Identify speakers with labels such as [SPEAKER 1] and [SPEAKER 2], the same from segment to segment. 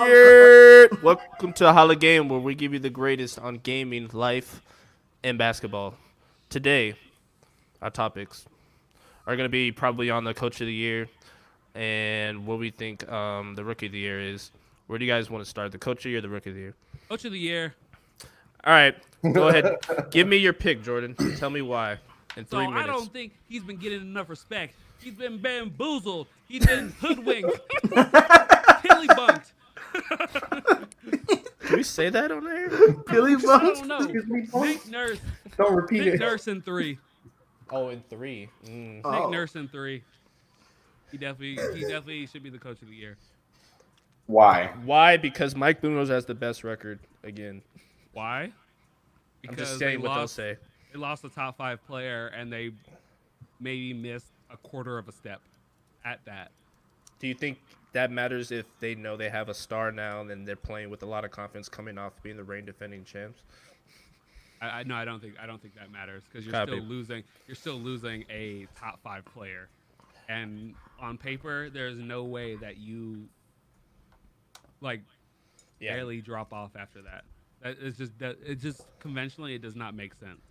[SPEAKER 1] Weird. Welcome to Holla Game, where we give you the greatest on gaming, life, and basketball. Today, our topics are going to be probably on the Coach of the Year and what we think um, the Rookie of the Year is. Where do you guys want to start? The Coach of the Year, or the Rookie of the Year?
[SPEAKER 2] Coach of the year.
[SPEAKER 1] All right, go ahead. Give me your pick, Jordan. Tell me why in
[SPEAKER 2] So
[SPEAKER 1] three
[SPEAKER 2] I
[SPEAKER 1] minutes.
[SPEAKER 2] don't think he's been getting enough respect. He's been bamboozled. He's been hoodwinked. Tillybunked.
[SPEAKER 1] Can we say that on there?
[SPEAKER 3] Billy
[SPEAKER 2] I
[SPEAKER 3] Bones?
[SPEAKER 2] don't know.
[SPEAKER 3] Excuse me,
[SPEAKER 2] Nick
[SPEAKER 3] Bones?
[SPEAKER 2] Nurse.
[SPEAKER 3] Don't repeat
[SPEAKER 2] Nick
[SPEAKER 3] it.
[SPEAKER 2] Nurse in three.
[SPEAKER 1] Oh, in three. Mm.
[SPEAKER 3] Oh,
[SPEAKER 2] Nick Nurse in three. He definitely, he definitely should be the coach of the year.
[SPEAKER 3] Why?
[SPEAKER 1] Why? Because Mike Munoz has the best record again.
[SPEAKER 2] Why?
[SPEAKER 1] I'm
[SPEAKER 2] Because
[SPEAKER 1] just
[SPEAKER 2] they
[SPEAKER 1] saying what
[SPEAKER 2] lost.
[SPEAKER 1] they'll say.
[SPEAKER 2] They lost the top five player, and they maybe missed a quarter of a step at that.
[SPEAKER 1] Do you think that matters if they know they have a star now and then they're playing with a lot of confidence coming off being the reign defending champs?
[SPEAKER 2] I, I no, I don't think I don't think that matters because you're
[SPEAKER 1] Copy.
[SPEAKER 2] still losing. You're still losing a top five player, and on paper, there's no way that you like
[SPEAKER 1] Yeah.
[SPEAKER 2] barely drop off after that. That it's just that it just conventionally it does not make sense.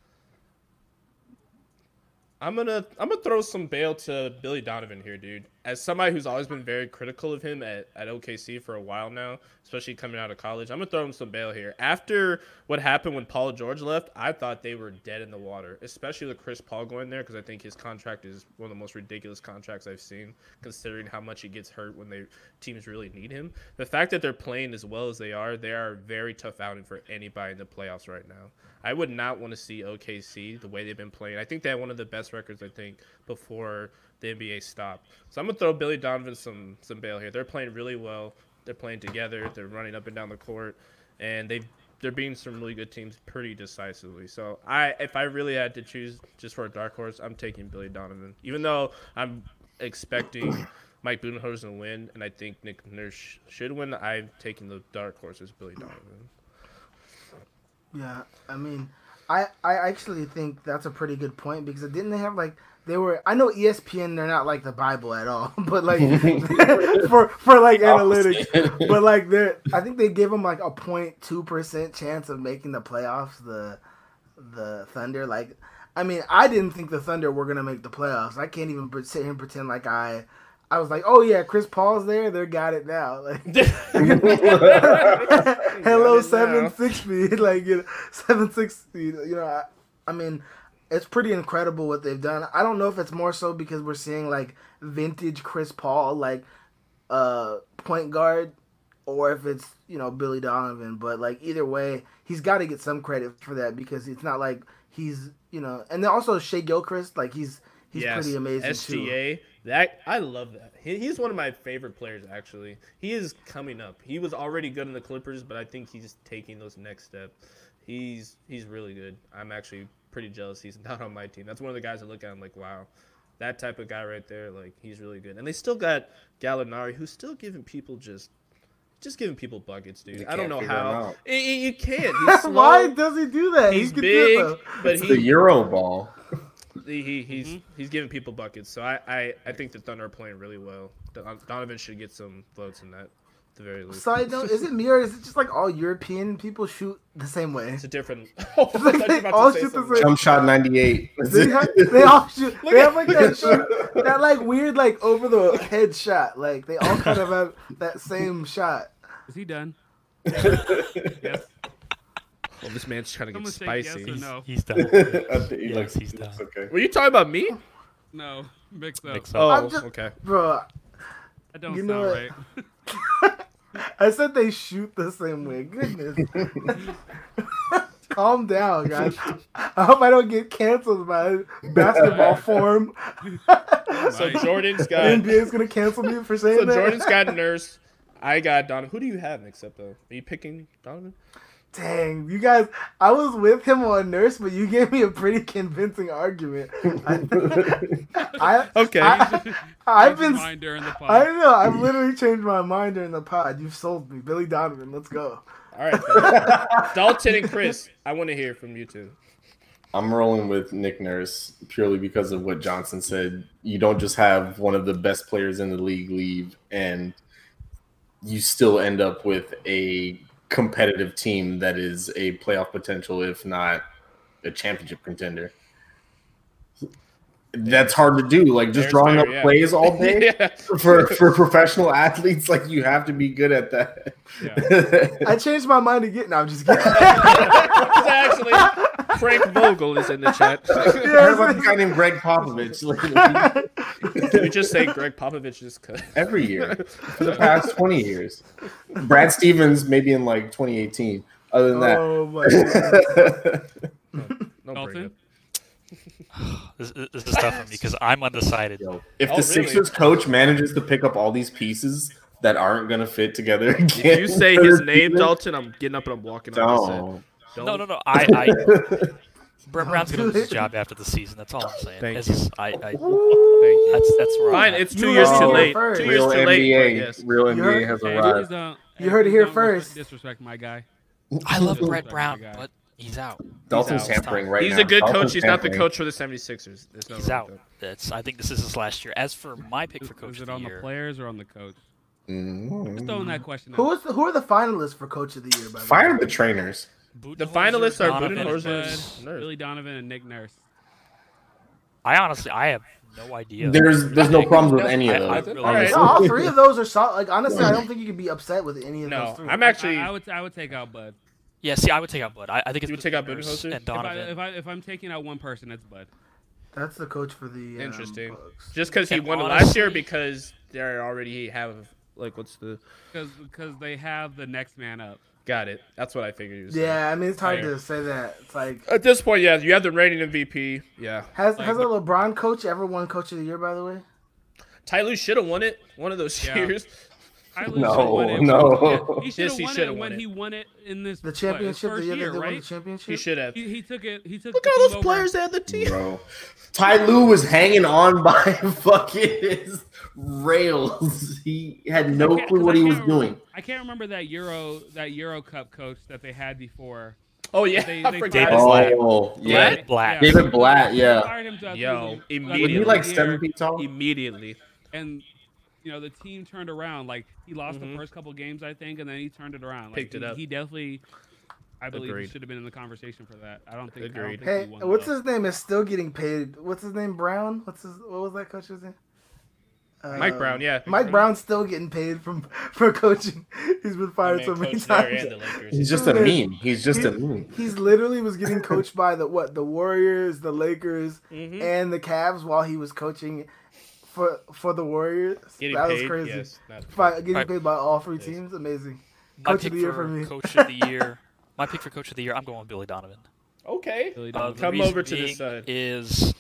[SPEAKER 1] I'm gonna I'm gonna throw some bail to Billy Donovan here, dude. As somebody who's always been very critical of him at, at OKC for a while now, especially coming out of college, I'm gonna throw him some bail here. After what happened when Paul George left, I thought they were dead in the water, especially with Chris Paul going there because I think his contract is one of the most ridiculous contracts I've seen, considering how much he gets hurt when they teams really need him. The fact that they're playing as well as they are, they are a very tough outing for anybody in the playoffs right now. I would not want to see OKC the way they've been playing. I think they had one of the best records I think before the NBA stopped. So I'm gonna throw Billy Donovan some some bail here. They're playing really well. They're playing together. They're running up and down the court, and they they're beating some really good teams pretty decisively. So I if I really had to choose just for a dark horse, I'm taking Billy Donovan. Even though I'm expecting Mike Budenholzer to win, and I think Nick Nurse sh- should win, I'm taking the dark horse as Billy Donovan.
[SPEAKER 4] Yeah, I mean, I I actually think that's a pretty good point because didn't they have like they were I know E ESPN they're not like the Bible at all, but like for for like analytics, but like they are I think they gave them like a 02 percent chance of making the playoffs. The the Thunder like. I mean, I didn't think the Thunder were gonna make the playoffs. I can't even pre- sit here and pretend like I, I was like, oh yeah, Chris Paul's there, they got it now. Like,
[SPEAKER 1] Yeah, I
[SPEAKER 4] Hello,
[SPEAKER 1] mean,
[SPEAKER 4] seven
[SPEAKER 1] yeah.
[SPEAKER 4] six feet, like you know, seven six feet. You know, I, I mean, it's pretty incredible what they've done. I don't know if it's more so because we're seeing like vintage Chris Paul, like uh point guard, or if it's you know Billy Donovan. But like either way, he's got to get some credit for that because it's not like he's you know, and then also Shea Gilchrist, like he's he's
[SPEAKER 1] Yes,
[SPEAKER 4] pretty amazing too.
[SPEAKER 1] SGA, that I love that. He, he's one of my favorite players actually. He is coming up. He was already good in the Clippers, but I think he's taking those next step. He's he's really good. I'm actually pretty jealous he's not on my team. That's one of the guys I look at. I'm like, wow, that type of guy right there. Like he's really good. And they still got Gallinari, who's still giving people just. Just giving people buckets, dude.
[SPEAKER 3] You
[SPEAKER 1] I don't
[SPEAKER 3] can't
[SPEAKER 1] know
[SPEAKER 3] figure him
[SPEAKER 1] how.
[SPEAKER 3] out.
[SPEAKER 1] I- I- you can't. He's slow.
[SPEAKER 4] Why does he do that? He
[SPEAKER 1] He's
[SPEAKER 4] could do it,
[SPEAKER 1] big,
[SPEAKER 4] though.
[SPEAKER 1] but
[SPEAKER 3] It's
[SPEAKER 1] he,
[SPEAKER 3] the Euro ball.
[SPEAKER 1] he, he he's he's giving people buckets. So I, I, I think the Thunder are playing really well. Don- Donovan should get some votes in that, at the very least.
[SPEAKER 4] Side note: Is it me or is it just like all European people shoot the same way?
[SPEAKER 1] It's a different. Oh, I thought you were about
[SPEAKER 4] All
[SPEAKER 1] to say
[SPEAKER 4] shoot the
[SPEAKER 1] something.
[SPEAKER 4] same-
[SPEAKER 3] Jump shot 98.
[SPEAKER 4] They, have, they all shoot.
[SPEAKER 1] Look
[SPEAKER 4] they
[SPEAKER 1] at-
[SPEAKER 4] have like
[SPEAKER 3] look
[SPEAKER 4] that,
[SPEAKER 3] at-
[SPEAKER 4] shoot, that like weird like over the head shot. Like they all kind of have that same shot.
[SPEAKER 2] Is he done?
[SPEAKER 3] yes.
[SPEAKER 2] Yes.
[SPEAKER 1] Well, this man's trying to get
[SPEAKER 2] Someone say yes
[SPEAKER 1] spicy.
[SPEAKER 2] or no.
[SPEAKER 5] He's done.
[SPEAKER 3] he
[SPEAKER 5] Yes,
[SPEAKER 3] looks,
[SPEAKER 5] he's
[SPEAKER 3] he looks
[SPEAKER 5] done.
[SPEAKER 3] okay.
[SPEAKER 1] Were you talking about me?
[SPEAKER 2] No, mix up.
[SPEAKER 5] Mix up.
[SPEAKER 1] Oh,
[SPEAKER 4] I'm just-
[SPEAKER 1] okay.
[SPEAKER 4] Bro,
[SPEAKER 2] That don't sound
[SPEAKER 4] You know
[SPEAKER 2] right.
[SPEAKER 4] what? I said they shoot the same way. Goodness. Calm down, guys. I hope I don't get canceled by basketball form.
[SPEAKER 1] So
[SPEAKER 2] Mike.
[SPEAKER 1] Jordan's got.
[SPEAKER 4] NBA's gonna cancel me for saying
[SPEAKER 1] so
[SPEAKER 4] that.
[SPEAKER 1] Jordan's got Nurse. I got Donovan. Who do you have mixed up though? Are you picking Donovan?
[SPEAKER 4] Dang, you guys! I was with him on Nurse, but you gave me a pretty convincing argument. I, I,
[SPEAKER 1] Okay.
[SPEAKER 4] I, I've
[SPEAKER 2] Change your
[SPEAKER 4] been,
[SPEAKER 2] mind during the
[SPEAKER 4] I
[SPEAKER 2] pod.
[SPEAKER 4] don't know. I've literally changed my mind during the pod. You've sold me, Billy Donovan. Let's go.
[SPEAKER 1] All right. then. Dalton and Chris. I want to hear from you two.
[SPEAKER 3] I'm rolling with Nick Nurse purely because of what Johnson said. You don't just have one of the best players in the league leave and you still end up with a competitive team that is a playoff potential, if not a championship contender. That's hard to do. Like just
[SPEAKER 1] There's
[SPEAKER 3] drawing
[SPEAKER 1] there,
[SPEAKER 3] up
[SPEAKER 1] yeah.
[SPEAKER 3] plays all day
[SPEAKER 1] yeah.
[SPEAKER 3] for for professional athletes, like you have to be good at that.
[SPEAKER 4] I changed my mind again. No, I'm just kidding.
[SPEAKER 1] Actually, Frank Vogel is in the chat.
[SPEAKER 3] I heard about this guy named Greg Popovich like,
[SPEAKER 1] you just say Greg Popovich just cause.
[SPEAKER 3] every year for the past twenty years. Brad Stevens maybe in like 2018. Other than
[SPEAKER 4] oh my god.
[SPEAKER 3] that,
[SPEAKER 1] Don't bring it.
[SPEAKER 2] Dalton?
[SPEAKER 5] This, this is tough for me because I'm undecided.
[SPEAKER 3] Yo, if
[SPEAKER 1] Oh,
[SPEAKER 3] the
[SPEAKER 1] really?
[SPEAKER 3] Sixers coach manages to pick up all these pieces that aren't going to fit together again,
[SPEAKER 1] If you say
[SPEAKER 3] for
[SPEAKER 1] his
[SPEAKER 3] the
[SPEAKER 1] name,
[SPEAKER 3] season,
[SPEAKER 1] Dalton, I'm getting up and I'm walking out of the set.
[SPEAKER 3] don't.
[SPEAKER 1] Don't.
[SPEAKER 5] No, no, no. I, I Brett
[SPEAKER 4] Don't
[SPEAKER 5] Brown's
[SPEAKER 4] do
[SPEAKER 5] gonna lose his
[SPEAKER 4] it.
[SPEAKER 5] job after the season. That's all I'm saying.
[SPEAKER 1] Thank
[SPEAKER 5] It's just- I, I,
[SPEAKER 1] Thank you.
[SPEAKER 5] that's that's where I'm
[SPEAKER 1] Fine,
[SPEAKER 5] at.
[SPEAKER 1] it's two
[SPEAKER 4] You
[SPEAKER 1] years too
[SPEAKER 4] are
[SPEAKER 1] late.
[SPEAKER 4] first.
[SPEAKER 1] Two years
[SPEAKER 3] Real
[SPEAKER 1] too
[SPEAKER 3] NBA,
[SPEAKER 1] late. but yes.
[SPEAKER 3] real NBA
[SPEAKER 4] You're-
[SPEAKER 3] has
[SPEAKER 2] Hey, please
[SPEAKER 3] arrived.
[SPEAKER 2] don't-
[SPEAKER 4] You heard it
[SPEAKER 2] please
[SPEAKER 4] here
[SPEAKER 2] don't
[SPEAKER 4] first.
[SPEAKER 2] Disrespect my guy.
[SPEAKER 5] I love
[SPEAKER 2] Yeah.
[SPEAKER 5] Brett
[SPEAKER 2] Yeah.
[SPEAKER 5] Brown,
[SPEAKER 2] Yeah.
[SPEAKER 5] but he's out.
[SPEAKER 3] Dalton's
[SPEAKER 1] out.
[SPEAKER 3] tampering right
[SPEAKER 1] He's
[SPEAKER 3] now.
[SPEAKER 1] a good coach.
[SPEAKER 3] Dalton's
[SPEAKER 1] He's not the
[SPEAKER 3] tampering.
[SPEAKER 1] coach for the 76ers. There's no
[SPEAKER 5] He's
[SPEAKER 1] way
[SPEAKER 5] out.
[SPEAKER 1] that-
[SPEAKER 5] That's I think this is his last year. As for my pick
[SPEAKER 2] Is,
[SPEAKER 5] for coach
[SPEAKER 2] is
[SPEAKER 5] of
[SPEAKER 2] it
[SPEAKER 5] the
[SPEAKER 2] on
[SPEAKER 5] year,
[SPEAKER 2] the players or on the coach? Just
[SPEAKER 3] Mm.
[SPEAKER 2] throwing that question.
[SPEAKER 4] Mm-hmm. Who
[SPEAKER 2] out.
[SPEAKER 4] was the, who are the finalists for coach of the year? By the
[SPEAKER 3] Fire
[SPEAKER 4] way?
[SPEAKER 3] the trainers.
[SPEAKER 1] The
[SPEAKER 5] Budenholzer,
[SPEAKER 1] finalists are
[SPEAKER 5] Donovan,
[SPEAKER 1] Budenholzer
[SPEAKER 2] Dennis
[SPEAKER 5] Bud.
[SPEAKER 1] is-
[SPEAKER 2] Bud,
[SPEAKER 1] nerd.
[SPEAKER 2] Billy Donovan and Nick Nurse.
[SPEAKER 5] I honestly, I have no idea.
[SPEAKER 3] There's there's no
[SPEAKER 5] Nick-
[SPEAKER 3] problems with any
[SPEAKER 5] I,
[SPEAKER 3] of
[SPEAKER 5] I
[SPEAKER 3] those.
[SPEAKER 5] really,
[SPEAKER 1] All right.
[SPEAKER 4] No, all three of those are solid. Like honestly, I don't think you can be upset with any of
[SPEAKER 1] No,
[SPEAKER 4] those three.
[SPEAKER 1] I'm actually.
[SPEAKER 2] I, I would I would take out Bud.
[SPEAKER 5] Yeah, see, I would take out Bud. I, I think it's
[SPEAKER 1] You would take out
[SPEAKER 5] Nurse
[SPEAKER 1] Budenholzer?
[SPEAKER 5] and
[SPEAKER 1] If
[SPEAKER 2] If, I,
[SPEAKER 5] Donovan.
[SPEAKER 2] if I if I'm taking out one person, that's Bud.
[SPEAKER 4] That's the coach for the um,
[SPEAKER 1] Interesting.
[SPEAKER 4] Bucks.
[SPEAKER 1] Just because he
[SPEAKER 5] And
[SPEAKER 1] won it last year,
[SPEAKER 5] honestly-
[SPEAKER 1] because they already have like what's the
[SPEAKER 2] Because because they have the next man up.
[SPEAKER 1] got it. That's what I figured. You would say.
[SPEAKER 4] Yeah, I mean it's hard
[SPEAKER 1] Fire.
[SPEAKER 4] to say that. It's like
[SPEAKER 1] At this point, yeah, you have the reigning MVP. Yeah,
[SPEAKER 4] has
[SPEAKER 2] Like,
[SPEAKER 4] has a
[SPEAKER 2] but-
[SPEAKER 4] LeBron coach ever won coach of the year? By the way,
[SPEAKER 1] Ty Lue should have won it one of those
[SPEAKER 2] Yeah.
[SPEAKER 1] years.
[SPEAKER 2] Tyler
[SPEAKER 3] No,
[SPEAKER 2] should've won it.
[SPEAKER 3] no.
[SPEAKER 2] Yeah, he should
[SPEAKER 1] Yes,
[SPEAKER 2] have
[SPEAKER 1] he
[SPEAKER 2] won
[SPEAKER 1] should've
[SPEAKER 2] it
[SPEAKER 1] won
[SPEAKER 2] when
[SPEAKER 1] it.
[SPEAKER 2] he won it in this
[SPEAKER 4] the
[SPEAKER 2] what, his
[SPEAKER 4] championship the
[SPEAKER 2] first
[SPEAKER 4] year,
[SPEAKER 2] year,
[SPEAKER 4] that they won
[SPEAKER 2] right?
[SPEAKER 4] the championship.
[SPEAKER 1] He should have.
[SPEAKER 2] He, he took it. He took.
[SPEAKER 1] Look
[SPEAKER 2] the
[SPEAKER 1] at all
[SPEAKER 2] team
[SPEAKER 1] those
[SPEAKER 2] over.
[SPEAKER 1] players that had the team.
[SPEAKER 3] Bro. Ty Lue was hanging on by fucking his rails. He had no
[SPEAKER 2] Yeah, 'cause
[SPEAKER 3] clue what
[SPEAKER 2] I
[SPEAKER 3] he was
[SPEAKER 2] can't remember-
[SPEAKER 3] doing.
[SPEAKER 2] I can't remember that Euro that Euro Cup coach that they had before.
[SPEAKER 1] Oh yeah,
[SPEAKER 2] They-
[SPEAKER 1] I
[SPEAKER 2] they
[SPEAKER 1] forgot
[SPEAKER 5] David
[SPEAKER 1] his name.
[SPEAKER 3] Oh, yeah.
[SPEAKER 5] David Blatt.
[SPEAKER 2] Yeah.
[SPEAKER 3] David Blatt, yeah.
[SPEAKER 2] Fired him to
[SPEAKER 1] Yo,
[SPEAKER 2] athletic-
[SPEAKER 1] immediately.
[SPEAKER 3] Wasn't he
[SPEAKER 2] athletic
[SPEAKER 3] like
[SPEAKER 2] year,
[SPEAKER 3] seven feet tall?
[SPEAKER 1] Immediately,
[SPEAKER 2] And you know the team turned around. Like he lost
[SPEAKER 1] Mhm.
[SPEAKER 2] the first couple games, I think, and then he turned it around. Like,
[SPEAKER 1] Picked it
[SPEAKER 2] he,
[SPEAKER 1] up.
[SPEAKER 2] He definitely. I believe he
[SPEAKER 1] Agreed.
[SPEAKER 2] should have been in the conversation for that. I don't think. I don't
[SPEAKER 1] Agreed.
[SPEAKER 2] think
[SPEAKER 4] Hey,
[SPEAKER 2] he won,
[SPEAKER 4] what's
[SPEAKER 2] though.
[SPEAKER 4] his name? Is still getting paid. What's his name? Brown. What's his? What was that coach's name?
[SPEAKER 1] Mike
[SPEAKER 4] Uh,
[SPEAKER 1] Brown. Yeah,
[SPEAKER 4] Mike Brown's still getting paid from for coaching. He's been
[SPEAKER 1] I
[SPEAKER 4] fired
[SPEAKER 1] mean,
[SPEAKER 4] so many
[SPEAKER 1] coach there and the
[SPEAKER 4] times.
[SPEAKER 1] Lakers.
[SPEAKER 3] He's just a meme. He's just a meme.
[SPEAKER 4] He's literally was getting coached by the what the Warriors, the Lakers,
[SPEAKER 1] Mhm.
[SPEAKER 4] and the Cavs while he was coaching for for the Warriors.
[SPEAKER 1] Getting
[SPEAKER 4] that
[SPEAKER 1] paid,
[SPEAKER 4] was crazy.
[SPEAKER 1] Yes, not-
[SPEAKER 4] Fi- getting
[SPEAKER 5] Right.
[SPEAKER 4] paid by all three
[SPEAKER 1] Yes.
[SPEAKER 4] teams, amazing.
[SPEAKER 5] my
[SPEAKER 4] Coach of
[SPEAKER 5] pick
[SPEAKER 4] the year
[SPEAKER 5] for
[SPEAKER 4] for me.
[SPEAKER 5] coach of the year. My pick for coach of the year. I'm going with Billy Donovan.
[SPEAKER 1] okay.
[SPEAKER 2] Billy
[SPEAKER 5] Uh,
[SPEAKER 2] Donovan.
[SPEAKER 5] the
[SPEAKER 1] Come
[SPEAKER 5] reason
[SPEAKER 1] over to this
[SPEAKER 5] being
[SPEAKER 1] side.
[SPEAKER 5] Is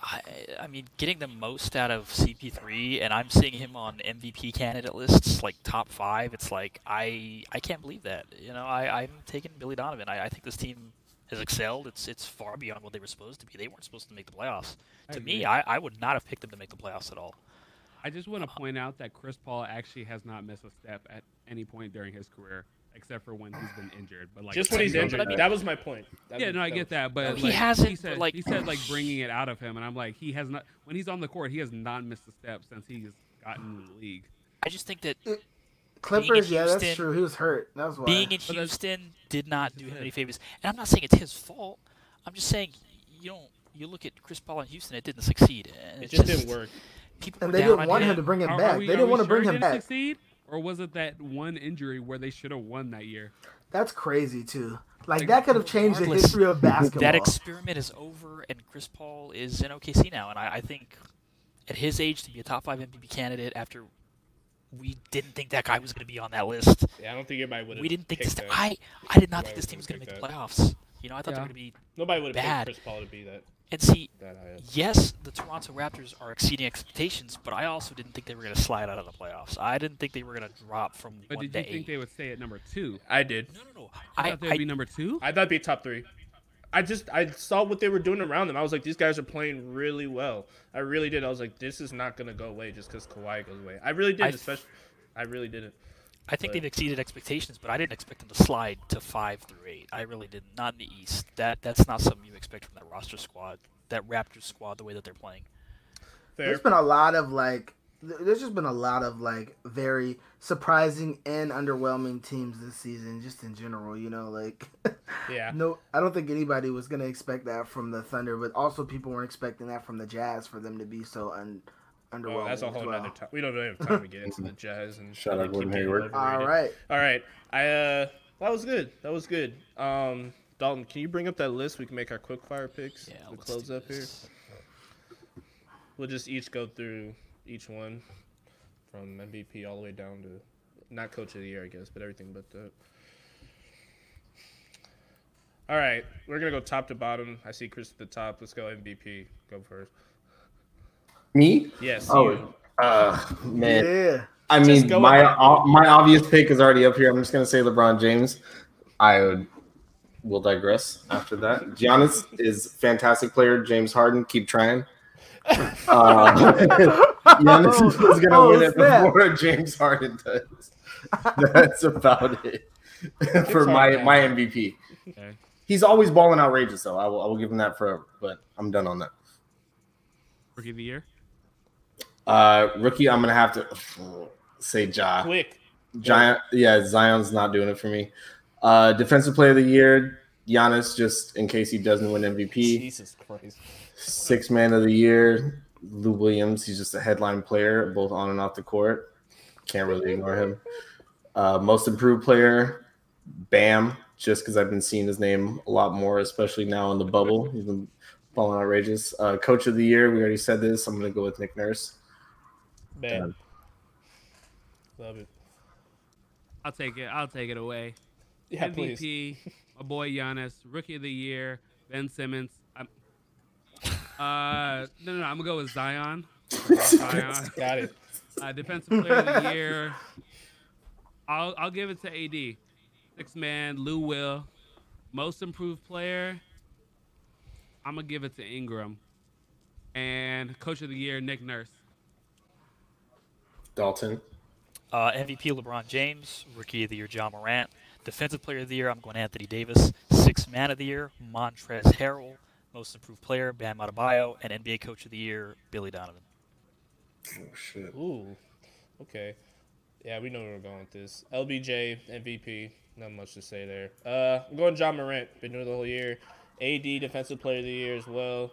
[SPEAKER 5] I, I mean, getting the most out of CP3, and I'm seeing him on MVP candidate lists, like top five. It's like I I can't believe that. You know, I I'm taking Billy Donovan. I, I think this team has excelled. It's it's far beyond what they were supposed to be. They weren't supposed to make the playoffs.
[SPEAKER 2] I
[SPEAKER 5] to
[SPEAKER 2] agree.
[SPEAKER 5] me, I, I would not have picked them to make the playoffs at all.
[SPEAKER 2] I just want to point out that Chris Paul actually has not missed a step at any point during his career, except for when he's been injured. But like
[SPEAKER 1] Just when he's
[SPEAKER 2] every
[SPEAKER 1] injured.
[SPEAKER 2] other-
[SPEAKER 1] That was my point. That
[SPEAKER 2] Yeah,
[SPEAKER 1] was-
[SPEAKER 2] no, I get
[SPEAKER 1] was-
[SPEAKER 2] that, but
[SPEAKER 5] No, he
[SPEAKER 2] like,
[SPEAKER 5] hasn't,
[SPEAKER 2] He
[SPEAKER 5] but,
[SPEAKER 2] said,
[SPEAKER 5] like-
[SPEAKER 2] he said like bringing it out of him, and I'm like, he has not. When he's on the court, he has not missed a step since he's gotten in the league.
[SPEAKER 5] I just think that
[SPEAKER 4] Clippers, yeah, that's
[SPEAKER 5] Houston-
[SPEAKER 4] true. He was hurt. That was why.
[SPEAKER 5] being in
[SPEAKER 2] But that's-
[SPEAKER 5] Houston did not do him
[SPEAKER 2] it.
[SPEAKER 5] any favors. And I'm not saying it's his fault. I'm just saying you don't. You look at Chris Paul in Houston; it didn't succeed. And
[SPEAKER 1] It
[SPEAKER 5] it's
[SPEAKER 1] just didn't work.
[SPEAKER 5] People
[SPEAKER 4] and
[SPEAKER 5] were
[SPEAKER 4] they
[SPEAKER 5] down
[SPEAKER 4] didn't
[SPEAKER 5] on
[SPEAKER 4] want him to bring him
[SPEAKER 2] Are- are
[SPEAKER 4] back.
[SPEAKER 2] we-
[SPEAKER 4] they
[SPEAKER 2] are
[SPEAKER 4] didn't
[SPEAKER 2] we
[SPEAKER 4] want to bring
[SPEAKER 2] sure he
[SPEAKER 4] him
[SPEAKER 2] didn't
[SPEAKER 4] back.
[SPEAKER 2] Succeed, or was it that one injury where they should have won that year?
[SPEAKER 4] That's crazy too. Like
[SPEAKER 2] Like,
[SPEAKER 4] that could have changed the
[SPEAKER 5] regardless,
[SPEAKER 4] history of basketball.
[SPEAKER 5] That experiment is over, and Chris Paul is in OKC now. And I, I think at his age to be a top five MVP candidate after we didn't think that guy was going to be on that list.
[SPEAKER 1] Yeah, I don't think anybody would have.
[SPEAKER 5] We didn't think this.
[SPEAKER 1] picked that.
[SPEAKER 5] I I did not
[SPEAKER 1] Why
[SPEAKER 5] think this
[SPEAKER 1] would
[SPEAKER 5] team
[SPEAKER 1] you
[SPEAKER 5] was going to
[SPEAKER 1] pick
[SPEAKER 5] make the
[SPEAKER 1] that?
[SPEAKER 5] playoffs. You know, I thought
[SPEAKER 2] Yeah.
[SPEAKER 5] they were going to be.
[SPEAKER 1] Nobody would have
[SPEAKER 5] bad.
[SPEAKER 1] picked Chris Paul to be that
[SPEAKER 5] And see,
[SPEAKER 1] that high. up.
[SPEAKER 5] yes, the Toronto Raptors are exceeding expectations, but I also didn't think they were going to slide out of the playoffs. I didn't think they were going to drop from
[SPEAKER 2] But
[SPEAKER 5] one
[SPEAKER 2] did
[SPEAKER 5] to
[SPEAKER 2] you think
[SPEAKER 5] eight.
[SPEAKER 2] they would stay at number two?
[SPEAKER 1] I did.
[SPEAKER 5] No, no, no.
[SPEAKER 2] I
[SPEAKER 5] I,
[SPEAKER 2] thought they
[SPEAKER 5] I,
[SPEAKER 2] would be number two.
[SPEAKER 1] I thought it'd be top three. I just I saw what they were doing around them. I was like, these guys are playing really well. I really did. I was like, this is not gonna go away just because Kawhi goes away. I really did,
[SPEAKER 5] I-
[SPEAKER 1] especially. I really didn't.
[SPEAKER 5] I think
[SPEAKER 1] but-
[SPEAKER 5] they've exceeded expectations, but I didn't expect them to slide to five through eight. I really didn't. Not in the East. That that's not something you expect from that roster squad, that Raptors squad, the way that they're playing.
[SPEAKER 1] Fair.
[SPEAKER 4] There's been a lot of like th- there's just been a lot of like very surprising and underwhelming teams this season, just in general. You know, like
[SPEAKER 1] Yeah.
[SPEAKER 4] no, I don't think anybody was gonna expect that from the Thunder, but also people weren't expecting that from the Jazz for them to be so un underwhelming.
[SPEAKER 1] Well, Oh, that's a
[SPEAKER 4] as
[SPEAKER 1] whole
[SPEAKER 4] well.
[SPEAKER 1] nother time. We don't really have time to get into the Jazz and
[SPEAKER 3] Shout out
[SPEAKER 1] they keep
[SPEAKER 3] Gordon
[SPEAKER 1] getting
[SPEAKER 3] Hayward.
[SPEAKER 1] overrated.
[SPEAKER 4] All right.
[SPEAKER 1] All right. I uh that was good. That was good. Um Dalton, can you bring up that list? We can make our quick fire picks.
[SPEAKER 5] Yeah,
[SPEAKER 1] to
[SPEAKER 5] let's
[SPEAKER 1] close
[SPEAKER 5] do
[SPEAKER 1] up here.
[SPEAKER 5] this.
[SPEAKER 1] We'll just each go through each one from MVP all the way down to not coach of the year, I guess, but everything but that. All right, we're gonna go top to bottom. I see Chris at the top. Let's go MVP. Go first.
[SPEAKER 3] Me?
[SPEAKER 1] Yes. you.
[SPEAKER 3] Oh, uh, man.
[SPEAKER 4] Yeah.
[SPEAKER 3] I
[SPEAKER 1] Just
[SPEAKER 3] mean,
[SPEAKER 1] go
[SPEAKER 3] my
[SPEAKER 1] ahead.
[SPEAKER 3] o- my obvious pick is already up here. I'm just gonna say LeBron James. I would, will digress after that. Giannis is fantastic player. James Harden, keep trying. Uh, Giannis is gonna
[SPEAKER 4] Oh,
[SPEAKER 3] win it
[SPEAKER 4] snap.
[SPEAKER 3] before James Harden does. That's about it for my
[SPEAKER 1] Harden.
[SPEAKER 3] my MVP.
[SPEAKER 2] Okay.
[SPEAKER 3] He's always balling outrageous, though. I will I will give him that forever. But I'm done on that.
[SPEAKER 2] Rookie of the year.
[SPEAKER 3] Uh, rookie, I'm gonna have to say Ja.
[SPEAKER 1] Quick.
[SPEAKER 3] Giant, yeah, Zion's not doing it for me. Uh, defensive player of the year, Giannis, just in case he doesn't win MVP.
[SPEAKER 1] Jesus Christ.
[SPEAKER 3] Six man of the year, Lou Williams. He's just a headline player, both on and off the court. Can't really ignore him. Uh, most improved player, Bam, just because I've been seeing his name a lot more, especially now in the bubble. He's been falling outrageous. Uh, coach of the year, we already said this. I'm going to go with Nick Nurse.
[SPEAKER 1] Man. Love it.
[SPEAKER 2] I'll take it. I'll take it away.
[SPEAKER 1] Yeah,
[SPEAKER 2] MVP,
[SPEAKER 1] please.
[SPEAKER 2] my boy Giannis, Rookie of the Year, Ben Simmons. I'm, uh, no, no, no, I'm gonna go with Zion. Zion.
[SPEAKER 1] Got it.
[SPEAKER 2] Uh, defensive Player of the Year. I'll I'll give it to AD. Six man, Lou Will, Most Improved Player. I'm gonna give it to Ingram, and Coach of the Year, Nick Nurse.
[SPEAKER 3] Dalton.
[SPEAKER 5] Uh, MVP LeBron James, Rookie of the Year John Morant, Defensive Player of the Year I'm going Anthony Davis, Sixth Man of the Year Montrez Harrell, Most Improved Player Bam Adebayo, and NBA Coach of the Year Billy Donovan.
[SPEAKER 3] Oh, shit.
[SPEAKER 1] Ooh. Okay. Yeah, we know where we're going with this. LBJ, MVP. Not much to say there. Uh, I'm going John Morant. Been doing it the whole year. AD, Defensive Player of the Year as well.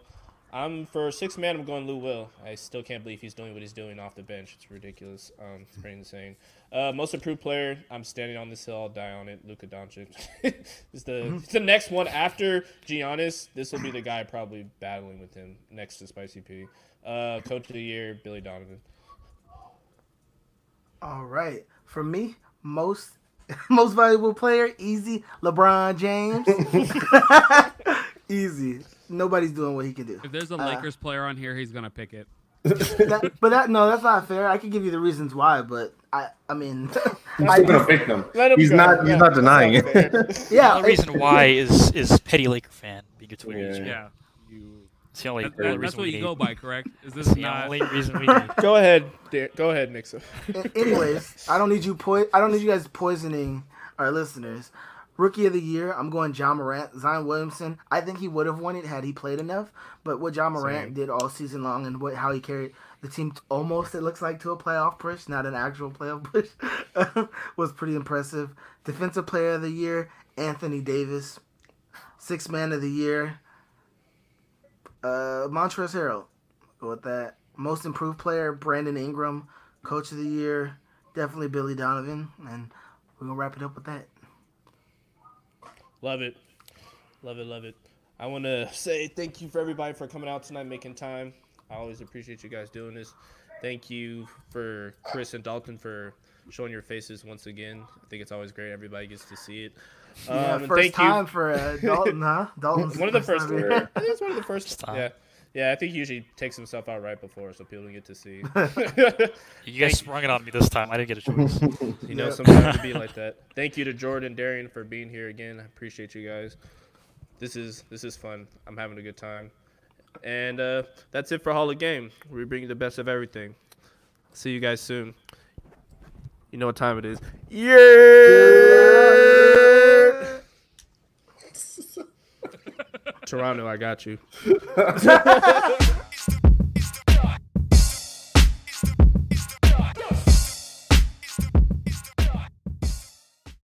[SPEAKER 1] I'm for six man. I'm going Lou Will. I still can't believe he's doing what he's doing off the bench. It's ridiculous. Um, it's pretty insane. Uh, most improved player. I'm standing on this hill. I'll die on it. Luka Doncic is the it's the next one after Giannis. This will be the guy probably battling with him next to Spicy P. Uh, Coach of the Year, Billy Donovan.
[SPEAKER 4] All right. For me, most most valuable player, easy, LeBron James. easy. Nobody's doing what he can do.
[SPEAKER 2] If there's a
[SPEAKER 4] Uh,
[SPEAKER 2] Lakers player on here, he's gonna pick it.
[SPEAKER 4] That, but that no, that's not fair. I could give you the reasons why, but I I mean
[SPEAKER 3] He's
[SPEAKER 4] I,
[SPEAKER 3] still gonna pick them.
[SPEAKER 1] Let him
[SPEAKER 3] He's
[SPEAKER 1] go.
[SPEAKER 3] not. He's
[SPEAKER 1] Yeah.
[SPEAKER 3] not denying it.
[SPEAKER 5] The
[SPEAKER 4] yeah,
[SPEAKER 5] only reason why is is petty Laker fan being a Twitter
[SPEAKER 3] Yeah.
[SPEAKER 5] user.
[SPEAKER 2] Yeah, you.
[SPEAKER 5] It's the only,
[SPEAKER 2] That,
[SPEAKER 5] only
[SPEAKER 2] that, that's
[SPEAKER 5] reason
[SPEAKER 2] what
[SPEAKER 5] we
[SPEAKER 2] you
[SPEAKER 5] need.
[SPEAKER 2] go by, correct? Is
[SPEAKER 5] It's
[SPEAKER 2] this
[SPEAKER 5] the
[SPEAKER 2] not?
[SPEAKER 5] only reason we need.
[SPEAKER 1] Go ahead, Dan- go ahead, Nixon.
[SPEAKER 4] A- Anyways, I don't need you po- I don't need you guys poisoning our listeners. Rookie of the year, I'm going John Morant, Zion Williamson. I think he would have won it had he played enough. But what John Morant
[SPEAKER 1] Same.
[SPEAKER 4] did all season long and what how he carried the team t- almost it looks like to a playoff push, not an actual playoff push, was pretty impressive. Defensive player of the year, Anthony Davis. Sixth man of the year, uh, Montrezl Harrell. Go with that. Most improved player, Brandon Ingram. Coach of the year, definitely Billy Donovan. And we're going to wrap it up with that.
[SPEAKER 1] Love it, love it, love it. I want to say thank you for everybody for coming out tonight, making time. I always appreciate you guys doing this. Thank you for Chris and Dalton for showing your faces once again. I think it's always great. Everybody gets to see it. Um,
[SPEAKER 4] yeah,
[SPEAKER 1] and
[SPEAKER 4] first
[SPEAKER 1] thank
[SPEAKER 4] time
[SPEAKER 1] you.
[SPEAKER 4] for uh, Dalton, huh? Dalton's
[SPEAKER 1] One of the first.
[SPEAKER 4] time
[SPEAKER 1] I
[SPEAKER 4] here.
[SPEAKER 1] think it's one of the first.
[SPEAKER 5] time.
[SPEAKER 1] Yeah, yeah. I think he usually takes himself out right before, so people get to see.
[SPEAKER 5] You guys sprung it on me this time. I didn't get a choice.
[SPEAKER 1] You know,
[SPEAKER 4] Yeah.
[SPEAKER 1] sometimes it be like that. Thank you to Jordan Darian for being here again. I appreciate you guys. This is this is fun. I'm having a good time. And uh, that's it for Hall of Game. We bring you the best of everything. See you guys soon. You know what time it is. Yeah. Toronto, I got you.